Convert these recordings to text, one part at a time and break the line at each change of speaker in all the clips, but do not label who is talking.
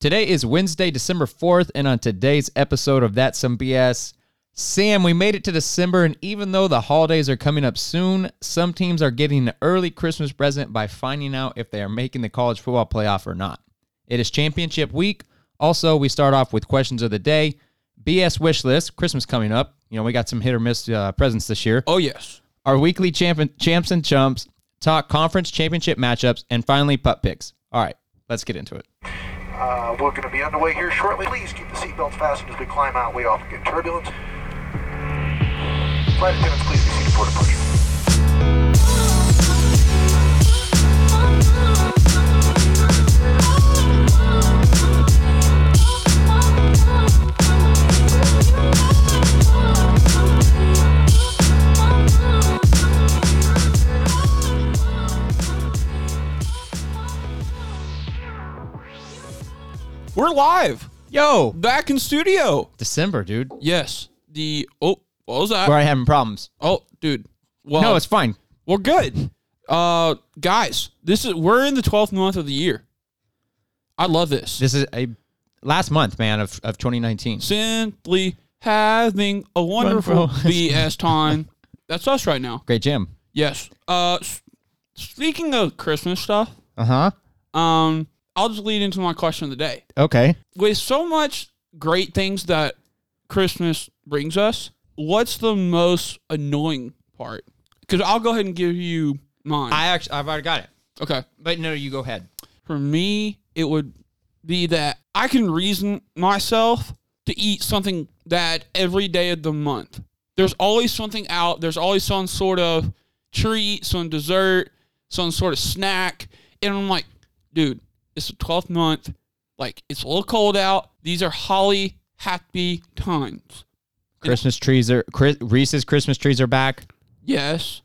Today is Wednesday, December 4th, and on today's episode of That's Some BS, Sam, we made it to December, and even though the holidays are coming up soon, some teams are getting an early Christmas present by finding out if they are making the college football playoff or not. It is championship week. Also, we start off with questions of the day. BS wish list, Christmas coming up. You know, we got some hit or miss uh, presents this year.
Oh yes.
Our weekly champ- champs and chumps, talk conference championship matchups, and finally putt picks. All right, let's get into it.
Uh, we're going to be underway here shortly. Please keep the seatbelts fastened as we climb out. We often get turbulence. Flight attendants, please be seated for departure.
We're live.
Yo,
Back in studio.
December, dude.
Yes. The oh what was that?
We're having problems. Um,
Oh, dude. Well
No, it's fine.
well good. Uh guys, this is we're in the twelfth month of the year. I love this.
This is a last month, man, of, of 2019.
Simply having a wonderful
Wonderful.
BS time. That's us right now.
Great gym.
Yes. Uh s- speaking of Christmas stuff,
Uh huh.
um, I'll just lead into my question of the day.
Okay.
with so much great things that Christmas brings us, what's the most annoying part? Because I'll go ahead and give you mine.
I actually, I've already got it.
okay.
But no, you go ahead.
For me, it would be that I can reason myself to eat something that every day of the month. There's always something out. There's always some sort of treat, some dessert, some sort of snack. And I'm like, dude, it's the 12th month. Like, it's a little cold out. These are holly happy times.
Christmas trees are Chris, Reese's Christmas trees are back.
Yes.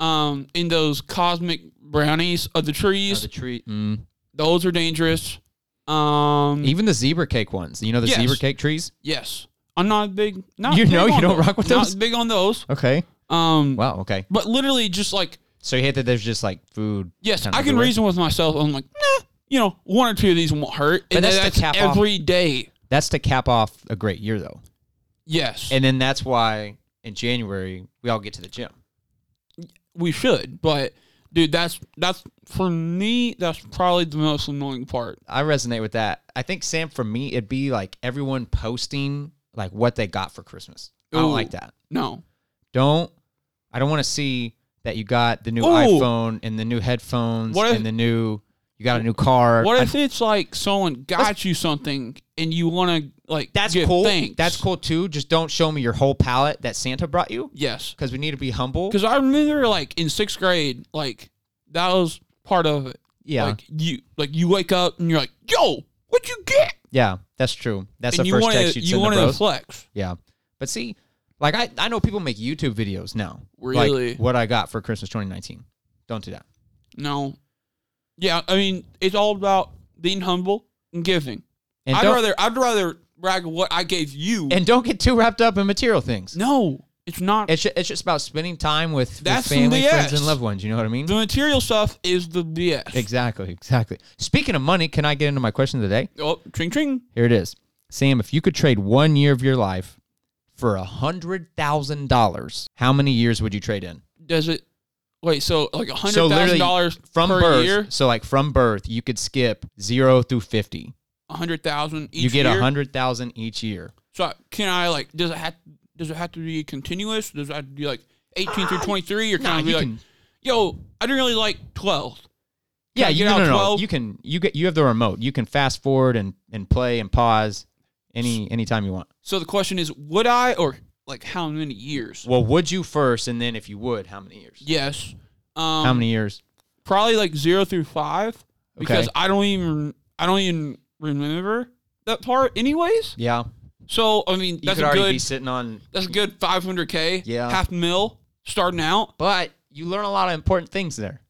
Um, in those cosmic brownies of the trees,
tree. Mm.
those are dangerous. Um,
Even the zebra cake ones. You know the
Yes.
zebra cake trees.
Yes. I'm not big. Not
You
big
know you
on
don't
those.
rock with those?
Not big on those.
Okay.
Um,
Wow. Okay.
but literally just like
So you hate that there's just like food.
yes,
kind
I
of
can
everywhere?
reason with myself. I'm like, nah, you know, one or two of these won't hurt.
But
And
that's
that's,
to cap off-
every day.
That's to cap off a great year though,
Yes,
and
and
then that's why in January we all get to the gym.
we should. But dude, that's that's for me. That's probably the most annoying part.
I resonate with that. I think Sam, for me, it'd be like everyone posting like what they got for Christmas. I don't
Ooh.
like that.
No.
Don't. I don't want to see that you got the new
Ooh.
iPhone and the new headphones
What if-
and the new. You got a new car.
What
I-
if it's like someone got you something and you want to like
that's
give
cool.
Thanks.
That's cool too. Just don't show me your whole palette that Santa brought you
Yes.
because we need to be humble.
Because I remember, like in sixth grade, like that was part of it.
Yeah.
Like you, like you wake up and you're like, "Yo, what you get?"
Yeah, that's true. That's
and
the
you
1st
wanna-
text you'd
you
send
wanted
to
to
bros.
flex.
Yeah, but see, like I, I know people make YouTube videos now. like,
Really?
what I got for Christmas 2019? Don't do that.
No. Yeah, I mean, it's all about being humble and giving.
And
I'd
don't-
rather I'd rather brag what I gave you.
and don't get too wrapped up in material things.
no, it's not.
It's just, it's just about spending time with, with
That's some
family, friends,
BS.
and loved ones. You know what I mean?
the material stuff is the BS.
Exactly, exactly. Speaking of money, can I get into my question of the day?
Oh, tring tring.
Here it is, Sam. If you could trade one year of your life for a hundred thousand dollars, how many years would you trade in?
Does it? Wait, so like
So
a hundred thousand
literally
dollars
from
per
birth.
year,
So like from birth, you could skip zero through fifty.
a hundred thousand each.
you get
year?
a hundred thousand each year.
So can I like? Does it have? Does it have to be continuous? Does it have to be like eighteen through twenty three? Or can I
Ah, you
be like,
can-
yo, I didn't really like twelve.
Yeah,
I
you
get
no,
out
no, no.
12?
You can you get you have the remote. You can fast forward and and play and pause any anytime you want.
So the question is, would I or like how many years?
Well, would you first, and then if you would, how many years?
Yes. Um,
How many years?
Probably like zero through five because
Okay.
I don't even I don't even remember that part anyways.
Yeah,
So I mean
you
that's
could
a
already
good
be sitting on.
that's a good five hundred k
Yeah.
half mil starting out
But you learn a lot of important things there.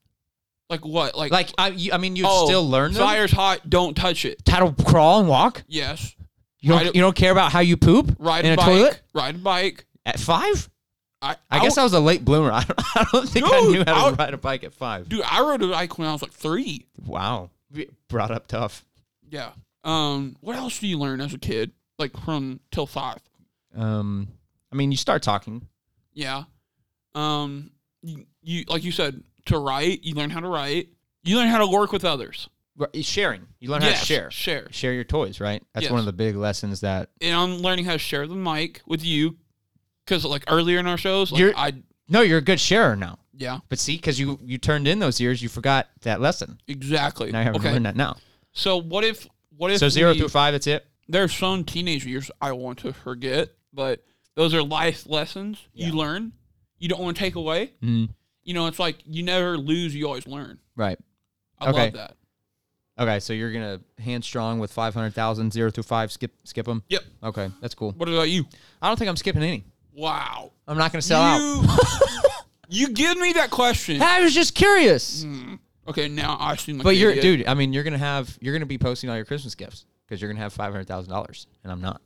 like what like
Like I, you, I mean, you
oh,
still learn them.
fire's hot don't touch it
how to crawl and walk.
yes
You don't
Ride a-
you don't care about how you poop
ride
in
a,
a
bike
toilet
ride a bike
at five.
I,
I, guess
w-
I was a late bloomer. I don't, I don't think I
Dude,
knew how
I
to
would-
ride a bike at five.
dude, I rode a bike when I was like three.
Wow, brought up tough.
Yeah. Um, what else do you learn as a kid? Like from till five?
Um, I mean, you start talking.
Yeah. Um, you, you like you said to write. You learn how to write. You learn how to work with others.
Right, it's Sharing. You learn how
Yes,
to share.
share.
Share your toys, right? That's
Yes.
one of the big lessons that.
And I'm learning how to share the mic with you, because like earlier in our shows, like
You're-
I
No, you're a good sharer now.
yeah
But see, because you you turned in those years, you forgot that lesson.
exactly.
Now you haven't
Okay.
learned that now.
So what if what if
So zero
we-
through five, that's it.
there's some teenage years I want to forget, but those are life lessons you learn. You don't want to take away.
Mm,
You know, it's like you never lose, you always learn.
right.
I
Okay.
love that.
Okay, so you're gonna hand strong with 500,000, zero through five, skip skip them.
Yep.
Okay, that's cool.
What about you?
I don't think I'm skipping any.
Wow.
I'm not gonna sell out.
you, you give me that question.
I was just curious.
Okay, now I seem like
But
an
you're,
Mm, idiot.
dude. I mean, you're gonna have, you're gonna be posting all your Christmas gifts because you're gonna have five hundred thousand dollars, and I'm not.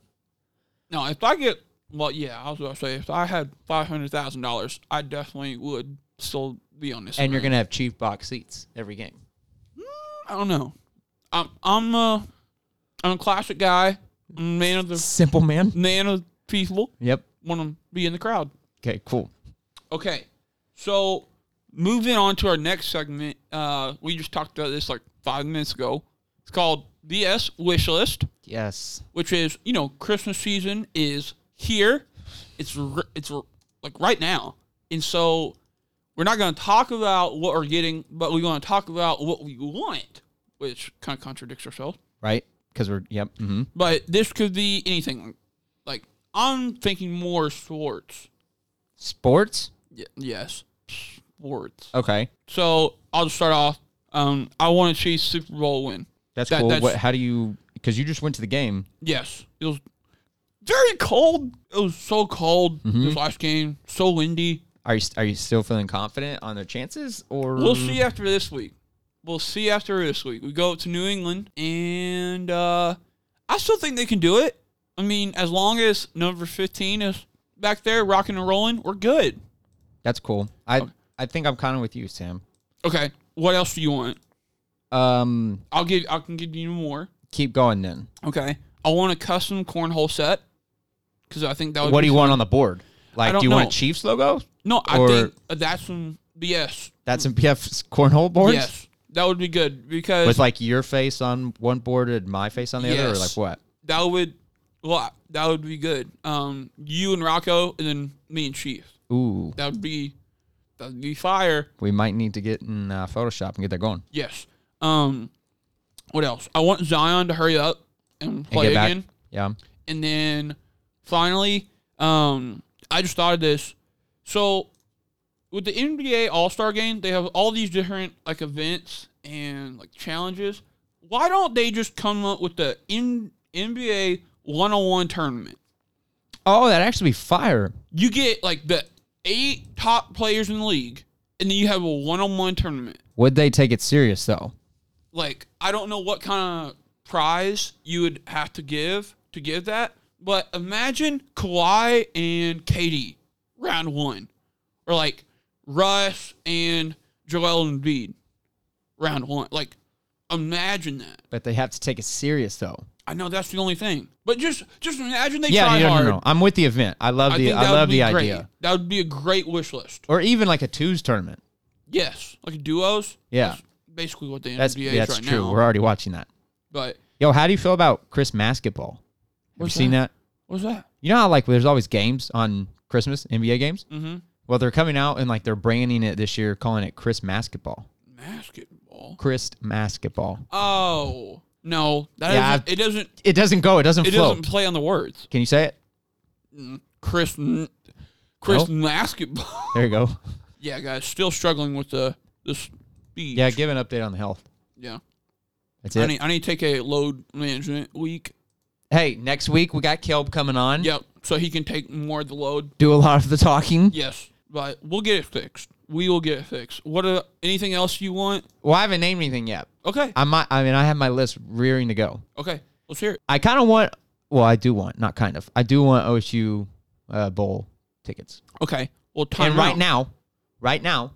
No, if I get well, yeah, I was gonna say if I had five hundred thousand dollars, I definitely would still be on this.
And you're
route.
gonna have cheap box seats every game.
I don't know. I'm I'm a I'm a classic guy. I'm a man of the
Simple man.
man of the people.
Yep.
Want to be in the crowd.
Okay. Cool.
Okay, so moving on to our next segment. Uh, we just talked about this like five minutes ago. It's called BS Wish List,
Yes.
which is you know Christmas season is here. It's r- it's r- like right now, and so we're not going to talk about what we're getting, but we're going to talk about what we want, which kind of contradicts ourselves.
Right. Because we're. Yep. Mm-hmm.
But this could be anything. Like I'm thinking more sports.
Sports.
Y- yes, sports.
Okay.
So I'll just start off. Um, I want to see Super Bowl win.
That's
That-
cool.
that's-
what? How do you? Because you just went to the game.
Yes, it was very cold. It was so cold
Mm-hmm.
this last game. So windy.
Are you are you still feeling confident on their chances? Or
We'll see after this week. We'll see after this week. We go to New England, and uh, I still think they can do it. I mean, as long as number fifteen is back there rocking and rolling, we're good.
That's cool. I I think I'm kind of with you, Sam.
Okay. What else do you want?
Um,
I'll give. I can give you more.
keep going then.
Okay. I want a custom cornhole set because I think that would.
What
be
do you
fun.
want on the board? Like,
don't
do you want
know.
a Chiefs logo?
No, I
Or-
think that's some BS.
That's in PF's cornhole boards.
Yes, that would be good because
With like your face on one board and my face on the other, or like
Yes.
what?
that would, well, that would be good. Um, you and Rocco, and then me and Chief.
Ooh,
That would be, that would be fire.
we might need to get in uh, Photoshop and get that going.
Yes. Um, what else? I want Zion to hurry up and
And
play
get back.
again,
Yeah.
and then finally, um, I just thought of this. So, with the NBA All Star Game, they have all these different like events and like challenges. Why don't they just come up with the N- NBA one on one tournament?
Oh, that actually be fire.
You get like the eight top players in the league, and then you have a one on one tournament.
Would they take it serious though?
Like I don't know what kind of prize you would have to give to give that, but imagine Kawhi and Katie round one, or like Russ and Joel Embiid round one. Like imagine that.
But they have to take it serious though.
I know that's the only thing, but just just imagine they
Yeah,
try
no, no,
hard.
no, no. I'm with the event. I love
I
the
think that
I love
would be
the
great.
idea.
That would be a great wish list.
Or even like a twos tournament.
Yes, like duos.
Yeah.
That's basically what the
That's
NBA is
that's
right
true.
now.
We're already watching that.
But
Yo, how do you feel about Chris basketball? Have you
What's
seen that?
what's that?
You know how like there's always games on Christmas, NBA games?
Mm-hmm.
Well, they're coming out and like they're branding it this year, calling it Chris basketball.
Basketball.
Chris basketball.
Oh no, that
Yeah,
doesn't, it doesn't.
It doesn't go. It doesn't
It
flow.
doesn't play on the words.
Can you say it?
Chris, N- Chris basketball.
There you go.
yeah, guys, still struggling with the the speech.
Yeah, give an update on the health.
yeah.
That's
I
it.
need I need to take a load management week.
Hey, next week we got Kelb coming on.
Yep, so he can take more of the load.
Do a lot of the talking.
Yes, but we'll get it fixed. We will get it fixed. What uh, anything else you want?
Well, I haven't named anything yet.
Okay,
I might. I mean, I have my list rearing to go.
okay, let's hear it.
I kind of want. Well, I do want. Not kind of. I do want OSU uh, bowl tickets.
Okay, well, time
and right
out.
now, right now,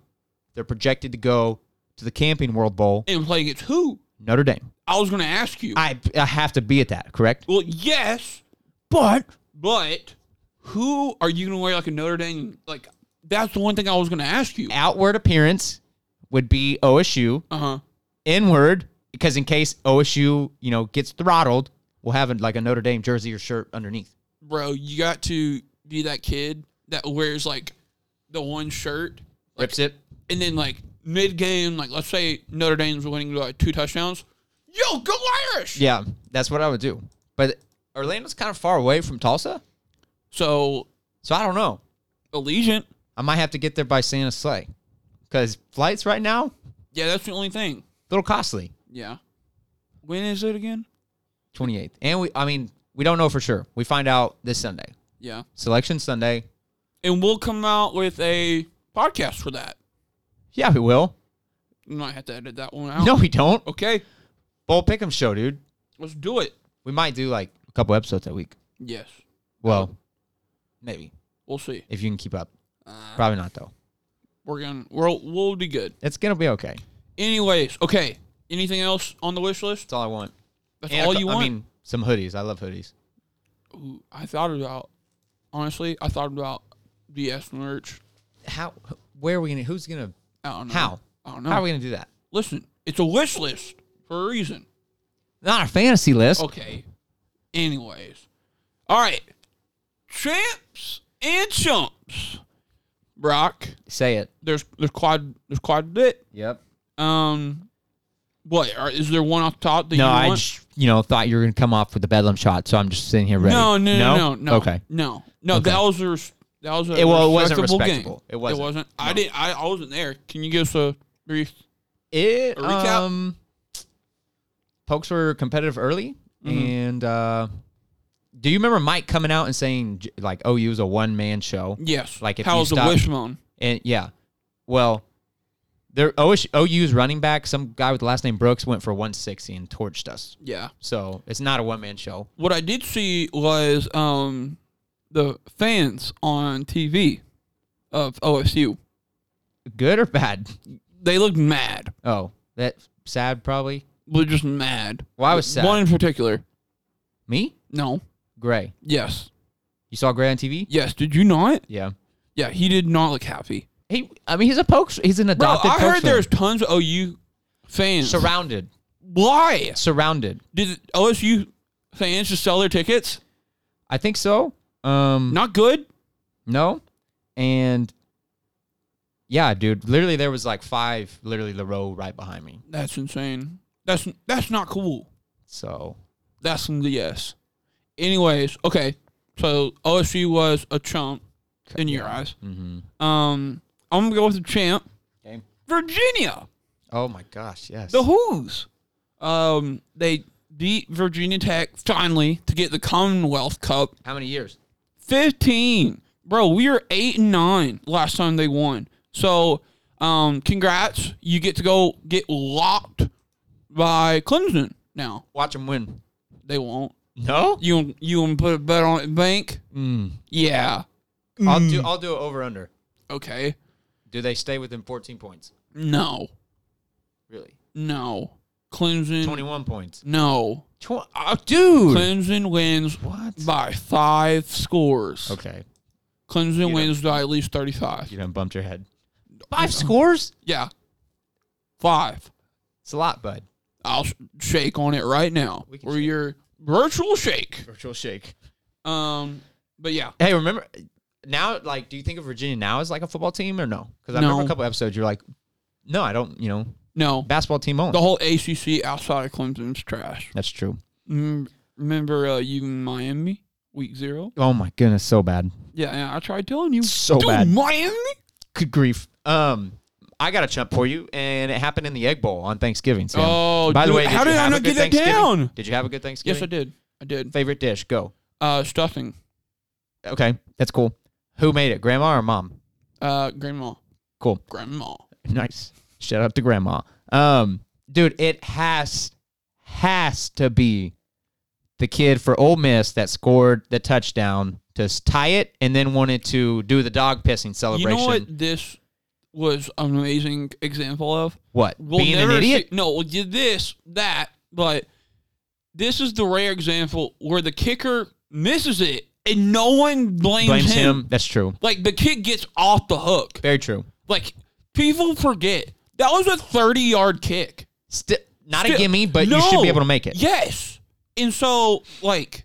they're projected to go to the Camping World Bowl,
and play against who?
Notre Dame.
I was going to ask you.
I I have to be at that, correct?
well, yes,
But
but who are you going to wear like a Notre Dame? Like that's the one thing I was going to ask you.
outward appearance would be OSU.
Uh huh.
Inward, because in case OSU, you know, gets throttled, we'll have like a Notre Dame jersey or shirt underneath.
Bro, you got to be that kid that wears like the one shirt, like,
Rips it.
and then like mid game, like let's say Notre Dame's winning by two touchdowns. Yo, go Irish!
Yeah, that's what I would do. But Orlando's kind of far away from Tulsa,
So
so I don't know.
Allegiant.
I might have to get there by Santa's sleigh, because flights right now a
Yeah, that's the only thing.
little costly.
Yeah. When is it again?
Twenty eighth, and we I mean we don't know for sure. We find out this Sunday,
Yeah.
selection Sunday.
And we'll come out with a podcast for that.
Yeah, we will.
You might have to edit that one out.
No, we don't.
Okay.
Bowl Pick'em show, dude.
Let's do it.
We might do like a couple episodes that week.
Yes. Oh.
Well, maybe
We'll see.
if you can keep up.
Uh.
Probably not though.
We're gonna we'll we'll be good.
It's gonna be okay.
Anyways, okay. Anything else on the wish list?
That's all I want.
That's
And a
all
cou-
you
I
want.
mean, some hoodies. I love hoodies.
Ooh, I thought about honestly, I thought about BS merch.
How? Where are we gonna? Who's gonna?
I don't know.
How?
I don't know.
How are we gonna do that?
Listen, it's a wish list for a reason.
Not a fantasy list.
Okay. Anyways. All right. Champs and chumps. Brock,
Say it.
there's there's quad there's quad bit.
Yep.
Um what are, is there one off the top that
No,
you
I
want?
just, you know thought you were gonna come off with the bedlam shot, so I'm just sitting here ready.
no, no, no, no, no.
Okay.
No. No,
Okay.
that was a res- that was a
It- well, it wasn't
respectable game.
respectable. It wasn't.
It wasn't. I didn't I, I wasn't there. Can you give us a brief
It
A recap?
um, pokes were competitive early,
Mm-hmm.
and uh, do you remember Mike coming out and saying j- like OU is a one man show?
Yes.
Like, if you
how's the
stop-
wishbone?
And yeah, well, their OS, OU's running back, some guy with the last name Brooks, went for 160 and torched us.
Yeah.
So it's not a one man show.
What I did see was um the fans on TV of OSU.
Good or bad?
They looked mad.
Oh, that sad probably.
Were just mad.
Well, I was sad.
One in particular.
Me?
No.
Gray.
Yes.
You saw Gray on TV?
Yes. Did you not?
Yeah.
Yeah. He did not look happy.
He, I mean, he's a pokes. He's an
Bro,
adopted.
I heard
Pokes fan.
there's tons of OU fans.
surrounded,
Why
surrounded.
did OSU fans just sell their tickets?
I think so. Um,
Not good.
no, and yeah, dude. Literally, there was like five, literally the row right behind me.
That's insane. That's that's not cool.
So
That's some BS. Anyways, okay. So OSU was a chump in your eyes.
mm-hmm.
Um, I'm gonna go with the champ,
game.
Virginia,
Oh my gosh, yes.
the Who's. Um, they beat Virginia Tech finally to get the Commonwealth Cup.
How many years?
15. Bro, we were 8 and 9 last time they won. So, um, congrats. You get to go get locked by Clemson now.
Watch them win.
They won't.
No.
You you want to put a bet on it in bank?
Mm.
Yeah.
I'll do.
Mm.
I'll do it over under.
Okay.
Do they stay within 14 points?
No.
Really?
No. Clemson.
21 points.
No.
Tw- uh, dude.
Clemson wins
What?
by five scores.
Okay.
Clemson
You
wins by at least 35.
You done bumped your head. Five scores?
Yeah. Five.
It's a lot, bud.
I'll sh- shake on it right now.
We can
Or
shake.
your virtual shake.
Virtual shake.
Um, but yeah,
Hey, remember now? Like, do you think of Virginia now as like a football team or no? Because I remember a
No.
couple episodes you're like, no, I don't. You know,
no,
basketball team only.
the whole ACC outside of Clemson's trash.
That's true.
Mm, remember uh, you in Miami week zero?
Oh my goodness, so bad,
Yeah, yeah I tried telling you.
so
Dude,
bad.
Miami.
Good grief. Um, I got a chump for you, and it happened in the Egg Bowl on Thanksgiving. Sam.
Oh,
by the
dude,
way, did
how
you
did I
have a good
not get that
Thanksgiving?
down?
Did you have a good
Yes, I
Thanksgiving?
did. I did.
Favorite dish? Go.
Uh, stuffing.
Okay, that's cool. Who made it? Grandma or mom?
Uh, grandma.
Cool.
Grandma.
Nice. Shout out to grandma. Um, dude, it has has to be the kid for Ole Miss that scored the touchdown to s- tie it, and then wanted to do the dog pissing
You
celebration.
know what? This was an amazing example of
What?
we'll
Being an
never
idiot.
See, no, we'll do this that, but this is the rare example where the kicker misses it and no one blames,
Blames
him.
him. That's true.
Like the kid gets off the hook.
Very true.
Like people forget that was a 30 yard kick.
Still not a gimme, but you should
No.
be able to make it.
Yes. And so, like,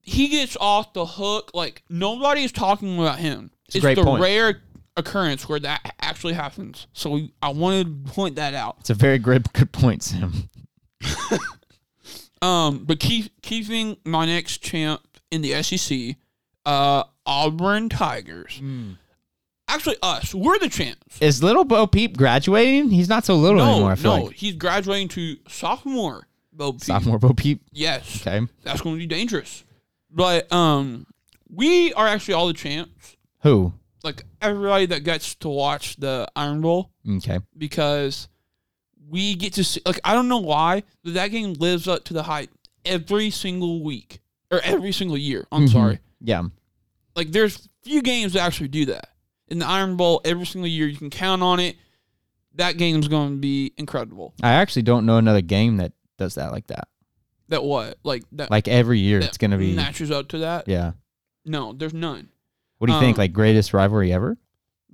he gets off the hook. Like, nobody's talking about him. It's,
a great
the
point.
rare occurrence where that actually happens. So, we, I wanted to point that out.
It's a very good, good point, Sam.
Um, but keep, keeping my next champ in the SEC, uh, Auburn Tigers.
Mm.
Actually, us. We're the champs.
Is little Bo Peep graduating? He's not so little
No,
anymore, I feel
no.
like.
He's graduating to sophomore. Bo Peep.
Sophomore Bo Peep.
Yes.
Okay.
that's going to be dangerous. But um, we are actually all the champs.
Who?
Like everybody that gets to watch the Iron Bowl
Okay.
because we get to see. Like I don't know why, but that game lives up to the hype every single week or every single year.
Mm-hmm.
I'm sorry.
Yeah.
Like there's few games that actually do that. In the Iron Bowl, every single year you can count on it. That game's going to be incredible.
I actually don't know another game that does that like that.
That what like that
Like every year,
that
it's gonna be.
matches up to that.
Yeah.
No, there's none.
What do you think?
Um,
Like greatest rivalry ever?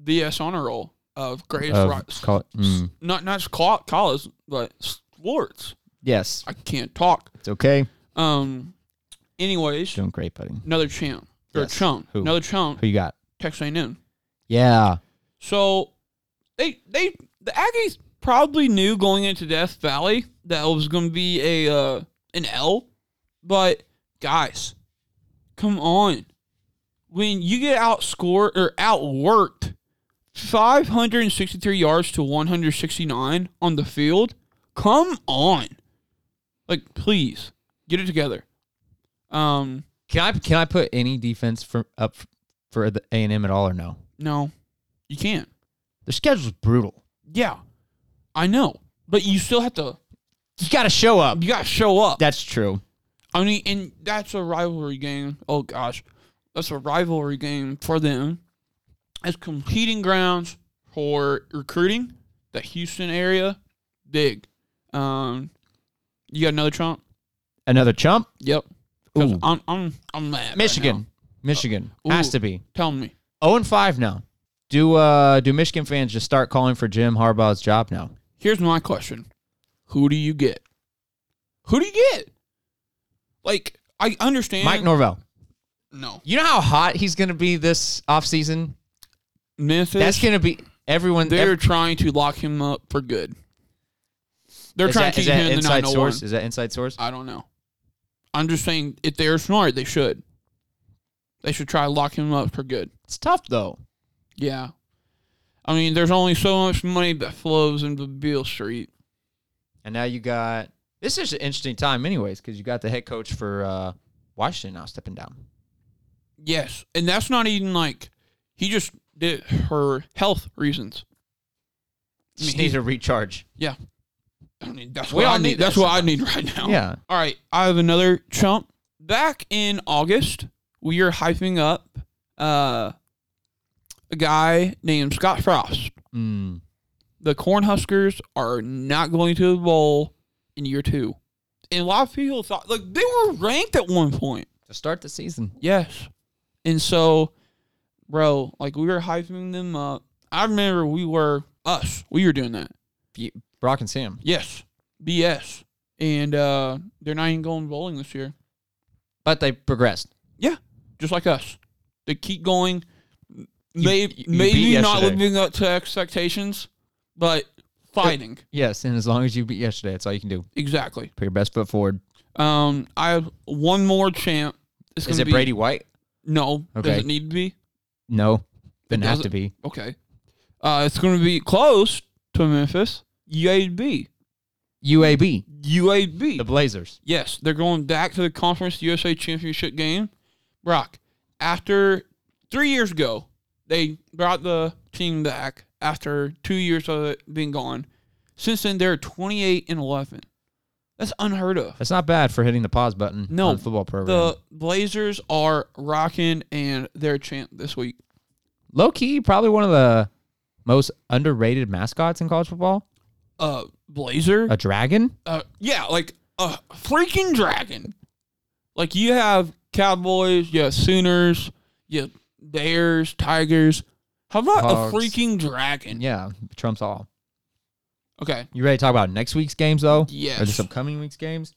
BS honor roll of greatest
Of
ri-
col- mm.
not not just col- college but sports.
Yes.
I can't talk.
It's okay.
Um. Anyways,
Doing great, buddy.
another champ or
Yes.
chump,
Who?
another chump,
Who you got?
Texas A&M.
Yeah.
So they they the Aggies probably knew going into Death Valley that it was going to be a uh, an L, but guys, come on. When you get outscored or outworked 563 yards to 169 on the field, come on. Like please, get it together. Um
Can I can I put any defense for up for the A and M at all or no?
no. You can't.
Their schedule's brutal.
Yeah. I know. But you still have to
You got to show up.
you got to show up.
That's true.
I mean, and that's a rivalry game. Oh gosh, that's a rivalry game for them. It's competing grounds for recruiting the Houston area. Big. Um, you got another Trump?
Another chump.
Yep. 'Cause
Ooh.
I'm I'm I'm mad. right
Michigan.
now.
Michigan
Ooh.
has to be
Tell me.
0 and 5 now. Do uh do Michigan fans just start calling for Jim Harbaugh's job now?
Here's my question: Who do you get? Who do you get? Like I understand.
Mike Norvell.
no.
You know how hot he's going to be this offseason?
Memphis.
That's going to be everyone
they're
ev-
trying to lock him up for good. They're
is
trying
that-
to
is
keep
that
him in the
inside
901.
source? Is that inside source?
I don't know. I'm just saying, if they're smart, they should. They should try to lock him up for good.
It's tough though.
Yeah. I mean, there's only so much money that flows into Beale Street.
And now you got this is an interesting time anyways cuz you got the head coach for uh Washington now stepping down.
Yes. And that's not even like he just did it for health reasons. I mean,
Just need
he-
to recharge.
yeah. I mean, that's
We
what
all
I
need
need. That's
that
what I need right now.
Yeah.
All right, I have another chump. Back in August, we are hyping up uh, a guy named Scott Frost.
Mm.
The Cornhuskers are not going to the bowl in year two, and a lot of people thought like they were ranked at one point.
To start the season.
Yes, and so, bro, like we were hyping them up. I remember we were us. We were doing that.
You- Brock and Sam.
Yes, BS, and uh, they're not even going bowling this year.
But they progressed.
Yeah, just like us. They keep going.
you-
Maybe,
you
maybe
beat
not
yesterday.
living up to expectations, but fighting
Yes, and as long as you beat yesterday, that's all you can do.
exactly.
Put your best foot forward.
Um, I have one more champ. It's
Is
gonna
it
be-
Brady White?
No,
Okay.
does it need to be?
No, didn't
It
have to
doesn't-
be.
Okay, uh, it's going to be close to Memphis. UAB,
UAB,
UAB.
the Blazers.
Yes, they're going back to the Conference USA Championship game. Brock, after three years ago, they brought the team back after two years of it being gone. Since then, they're 28 and 11. That's unheard of.
That's not bad for hitting the pause button.
No,
on the football program.
The Blazers are rocking and they're champ this week.
Low key, probably one of the most underrated mascots in college football.
Uh, Blazer?
A dragon.
Uh, yeah, like a freaking dragon. Like you have Cowboys, you have Sooners, you have Bears, Tigers. How about
Hogs.
a freaking dragon?
Yeah, trumps all.
Okay.
You ready to talk about next week's games though?
Yes.
Or this upcoming week's games?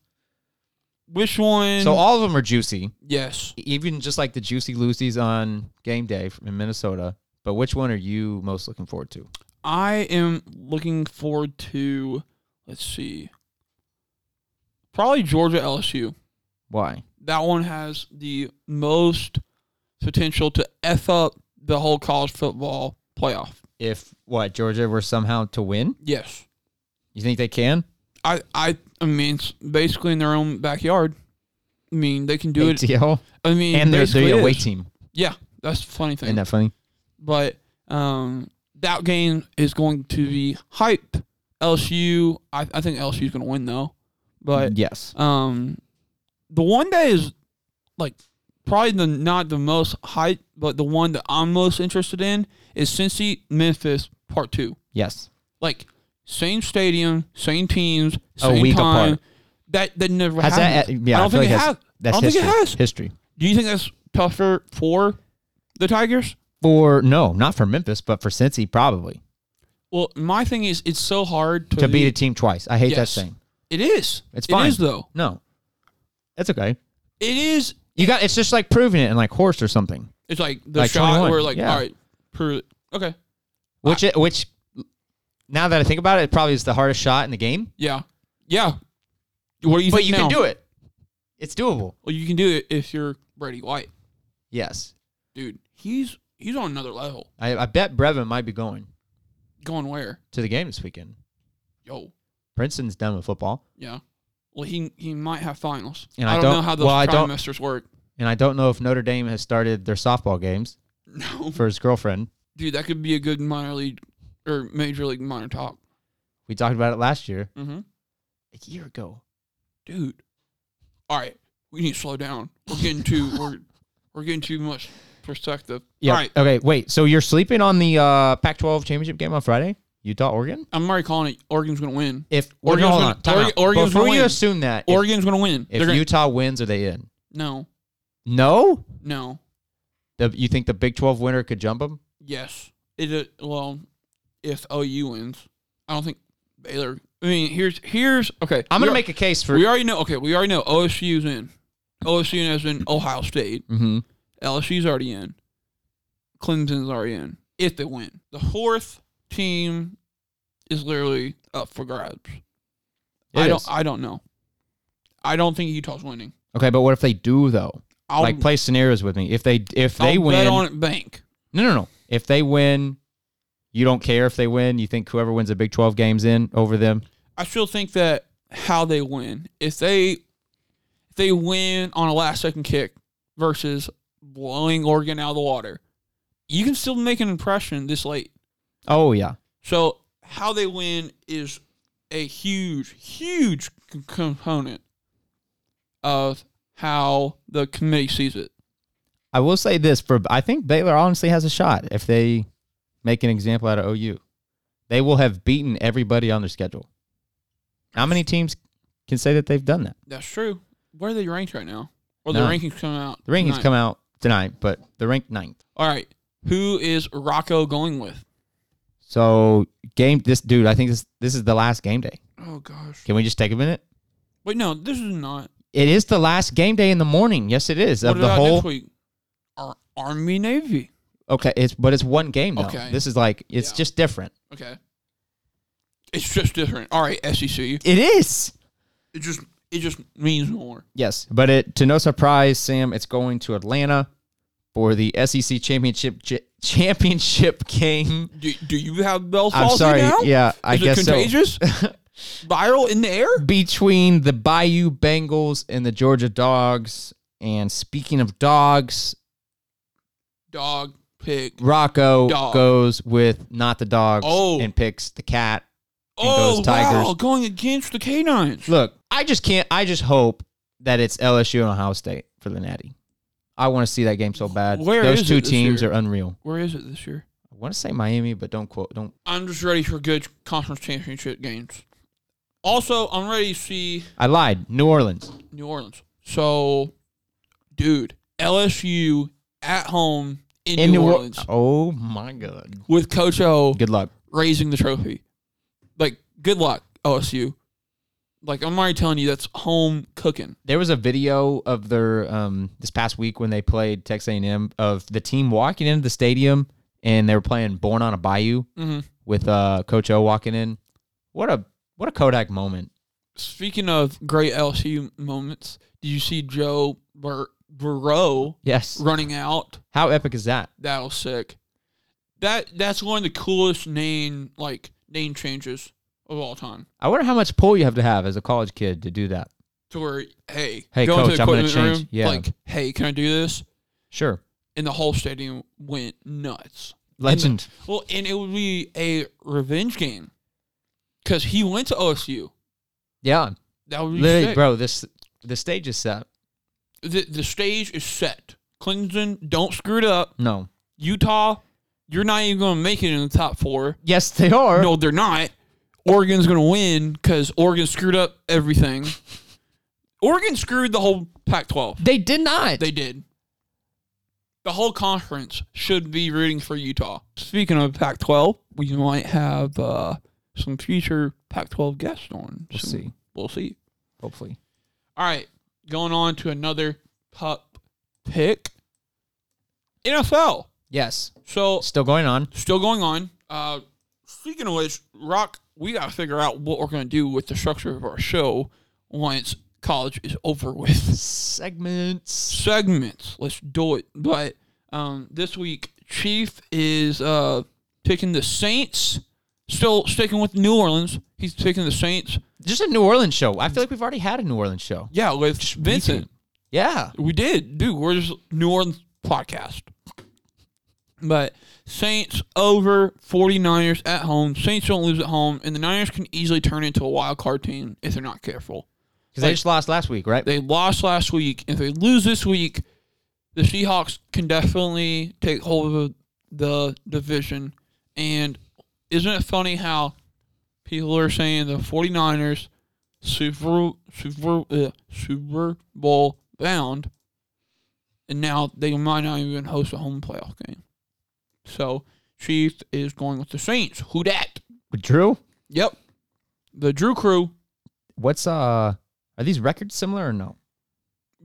Which one?
So all of them are juicy,
yes.
even just like the juicy Lucy's on game day in Minnesota. But which one are you most looking forward to?
I am looking forward to. Let's see. Probably Georgia LSU.
Why?
That one has the most potential to f up the whole college football playoff.
If what Georgia were somehow to win,
Yes.
you think they can?
I, I, I mean, it's basically in their own backyard. I mean, they can do it.
ATL
I mean,
and they're
basically
the
it
away
is.
team.
Yeah, that's the funny thing.
Isn't that funny?
but um, that game is going to be hype. LSU, I, I think LSU is going to win though. But
yes.
um, the one that is like probably the not the most hype, but the one that I'm most interested in is Cincy Memphis Part Two.
Yes.
Like same stadium, same teams,
A
same
week
time.
apart.
That that never
Has that? e-
happened.
Yeah,
I
I,
don't
feel
think
like
it has.
that's, that's
I don't
history.
think it has.
History.
Do you think that's tougher for the Tigers?
For no, not for Memphis, but for Cincy probably
Well, my thing is, it's so hard to,
to beat a team twice. I hate that
Yes.
saying.
It is.
It's fine.
It is though.
No, that's okay.
It is.
You got. It's just like proving it in like horse or something.
It's like the
Like
shot
21,
where like
yeah.
all right, prove it. Okay.
Which it which now that I think about it, it probably is the hardest shot in the game.
Yeah. Yeah. What do you
But
think
you can
now?
do it. It's doable.
Well, you can do it if you're Brady White,
Yes.
dude. He's he's on another level.
I, I bet Brevin might be going
Going where?
to the game this weekend.
Yo.
Princeton's done with football.
Yeah. Well, he he might have finals.
And
I,
I
don't,
don't-
know how those
well, I don't-
trimesters work.
And I don't know if Notre Dame has started their softball games
No,
for his girlfriend.
dude, that could be a good minor league or major league minor talk.
We talked about it last year.
Mm-hmm.
A year ago.
dude, all right, we need to slow down. We're getting too we're we're getting too much perspective.
Yeah.
All right,
Okay, wait. So you're sleeping on the uh, Pac 12 championship game on Friday? Utah, Oregon?
I'm already calling it. Oregon's gonna win.
If Oregon,
Oregon's
hold
gonna-
on. Time
Ore-
out.
Oregon's
Before
gonna
you
win.
assume that, if,
Oregon's gonna win.
if
They're gonna,
Utah wins, are they in?
no,
No?
no,
The, you think the Big 12 winner could jump them?
yes. It uh, well, if OU wins, I don't think Baylor. I mean, here's here's okay.
I'm
we
going
are-
to make a case for.
We already know. Okay, we already know OSU's in. OSU is in Ohio State.
mm-hmm.
LSU's already in. Clemson's already in. If they win, the fourth team is literally up for grabs. I
It
don't.
is.
I don't know. I don't think Utah's winning.
Okay, but what if they do though?
I'll,
like play scenarios with me. If they if
I'll
they win,
bet on it. Bank.
no no no. If they win, you don't care if they win. You think whoever wins the Big Twelve games in over them.
I still think that how they win. If they if they win on a last second kick versus blowing Oregon out of the water, you can still make an impression this late.
Oh yeah,
So how they win is a huge, huge c- component of how the committee sees it.
I will say this for I think Baylor honestly has a shot if they make an example out of OU. They will have beaten everybody on their schedule. How many teams can say that they've done that?
That's true. Where are they ranked right now? Well,
No.
the rankings come out.
The rankings
tonight.
come out tonight, but they're ranked ninth.
All right. Who is Rocco going with?
So game this dude, I think this this is the last game day.
Oh gosh.
Can we just take a minute?
Wait, no, this is not.
It is the last game day in the morning. Yes, it is
What
of the
about
whole.
next week? Ar- Army Navy.
Okay, it's but it's one game though.
Okay.
This is like it's
Yeah.
just different.
Okay. It's just different. All right, SEC. It
It is.
just it just means more.
Yes, but it to no surprise, Sam, it's going to Atlanta for the SEC championship j- championship game.
Do, do you have Bell
I'm
Palsy
sorry.
now?
Yeah, I
Is
guess
it
so.
contagious? Viral in the air?
Between the Bayou Bengals and the Georgia Dogs. And speaking of dogs,
Dog, pig.
Rocco
Dog.
goes with not the dogs
Oh.
and picks the cat.
Oh,
goes Tigers.
wow, going against the canines.
Look, I just can't. I just hope that it's LSU and Ohio State for the Natty. I want to see that game so bad.
Where
Those
is
two
it this
teams
year?
are unreal.
Where is it this year?
I want to say Miami, but don't quote. Don't.
I'm just ready for good conference championship games. Also, I'm ready to see
I lied. New Orleans.
New Orleans. So, dude, LSU at home in, New,
Or-
Orleans
Oh my god.
with Coach O
Good luck.
raising the trophy. Like, good luck, LSU. Like, I'm already telling you, that's home cooking.
There was a video of their um this past week when they played Texas A&M of the team walking into the stadium and they were playing Born on a Bayou
Mhm.
with uh Coach O walking in. What a what a Kodak moment.
Speaking of great LSU moments, did you see Joe Bur- Burrow
Yes.
running out?
How epic is that?
That was sick. That that's one of the coolest name like name changes of all time.
I wonder how much pull you have to have as a college kid to do that.
To where hey,
Hey,
go
coach, I'm gonna change. Yeah.
like hey, can I do this?
Sure.
And the whole stadium went nuts.
Legend.
Well, and it would be a revenge game because he went to OSU.
yeah.
That would be
Literally,
sick.
bro, this the stage is set.
The, the stage is set. Clemson, don't screw it up.
No.
Utah, you're not even going to make it in the top four.
Yes, they are.
No, they're not. Oregon's going to win because Oregon screwed up everything. Oregon screwed the whole Pac 12.
They did not.
They did. The whole conference should be rooting for Utah. Speaking of Pac 12, we might have uh, some future Pac 12 guests on.
We'll
soon.
see.
We'll see.
Hopefully.
All right. Going on to another pup pick NFL.
Yes.
So
Still going on.
still going on. Uh, speaking of which, Rock, we got to figure out what we're going to do with the structure of our show once college is over with.
Segments.
Segments, let's do it. But um, this week, Chief is uh, picking the Saints. Still sticking with New Orleans. He's picking the Saints.
Just a New Orleans show. I feel like we've already had a New Orleans show.
Yeah, with Vincent.
Yeah.
We did, dude. We're just New Orleans podcast. But Saints over 49ers at home. Saints don't lose at home, and the Niners can easily turn into a wild card team if they're not careful.
Because they just lost last week, right?
They lost last week. If they lose this week, the Seahawks can definitely take hold of the division. And isn't it funny how people are saying the 49ers Super Super uh, Super Bowl bound, and now they might not even host a home playoff game. So Chief is going with the Saints. Who dat?
With Drew?
Yep, the Drew Crew.
What's uh are these records similar or no?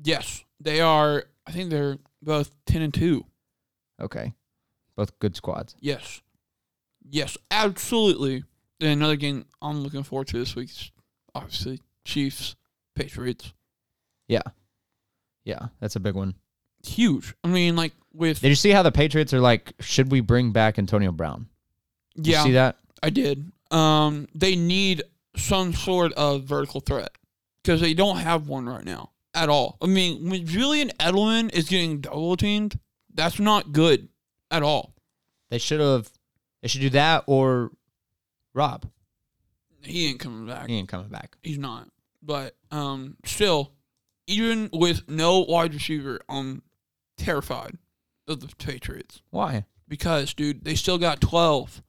Yes, they are. I think they're both ten and two.
Okay. Both good squads.
Yes, yes, absolutely. And another game I'm looking forward to this week is obviously Chiefs Patriots.
Yeah. Yeah, that's a big one.
Huge. I mean, like with
Did you see how the Patriots are like, should we bring back Antonio Brown? Did
yeah,
You see that?
I did. Um, they need some sort of vertical threat because they don't have one right now at all. I mean, when Julian Edelman is getting double teamed, that's not good at all.
They should have they should do that or Rob.
He ain't coming back.
He ain't coming back.
He's not. But um, still, even with no wide receiver, I'm terrified of the Patriots
Why?
because, dude, they still got 12.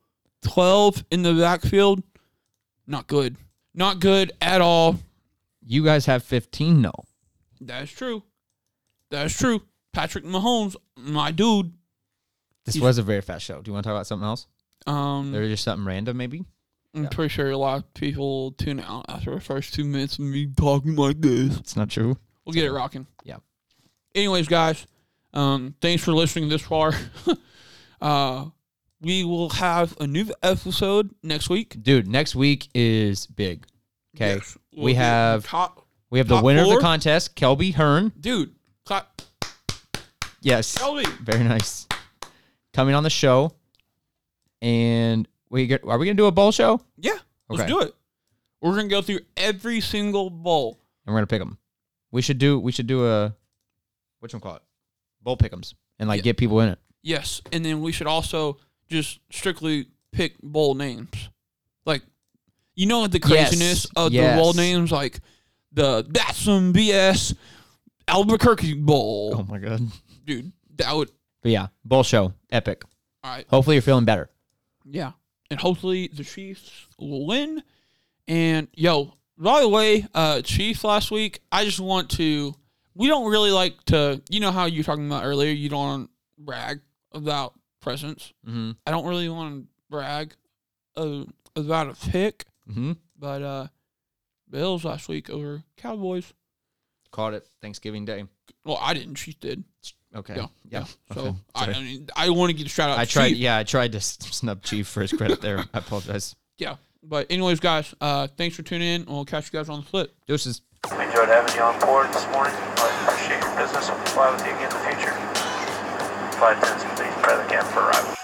12 in the backfield. Not good. Not good at all.
You guys have fifteen no.
That's true. That's true. Patrick Mahomes, my dude.
This
He's-
was a very fast show. Do you Mm. want to talk about something else?
Um,
Or just something random maybe?
I'm pretty sure a lot of people tune out after the first two minutes of me talking like this.
It's not true.
We'll get it rocking.
Yeah.
Anyways, guys, um, thanks for listening this far. uh, we will have a new episode next week.
Dude, next week is big. Okay.
Yes, we'll
we
get
have
top-
we have the
top
winner of
four.
the contest, Kelby Hearn.
dude. Clap,
Yes.
Kelly.
Very nice. Coming on the show. And we get are we gonna do a bowl show?
Yeah, let's
Okay.
do it. We're gonna go through every single bowl.
And we're gonna pick them. We should do we should do a which one call it? Bowl pick'ems. And like
Yeah.
get people in it.
Yes, and then we should also just strictly pick bowl names. Like, you know the craziness of
yes.
the bowl names, like the that's some BS Albuquerque Bowl.
Oh my god.
dude, that would
But yeah, bowl show. Epic.
all right.
Hopefully you're feeling better.
Yeah, and hopefully the Chiefs will win. And yo, By the way, uh, Chief, last week, I just want to. We don't really like to. You know how you were talking about earlier. You don't brag about presents.
Mm-hmm.
I don't really want to brag uh, about a pick,
Mm-hmm.
but uh, Bills last week over Cowboys.
Caught it Thanksgiving Day.
Well, I didn't. She did.
Okay.
Yeah, yeah. So
Okay.
I,
Sorry.
I mean, I want to give a shout out.
I
to
tried.
Chief.
Yeah, I tried to s- snub Chief for his credit there. I apologize.
yeah. But anyways, guys, uh, thanks for tuning in. We'll catch you guys on the flip.
Deuces.
We enjoyed having you on board this morning. I appreciate your business and we'll fly with you again in the future. Flight attendants, please prepare the camp for arrival.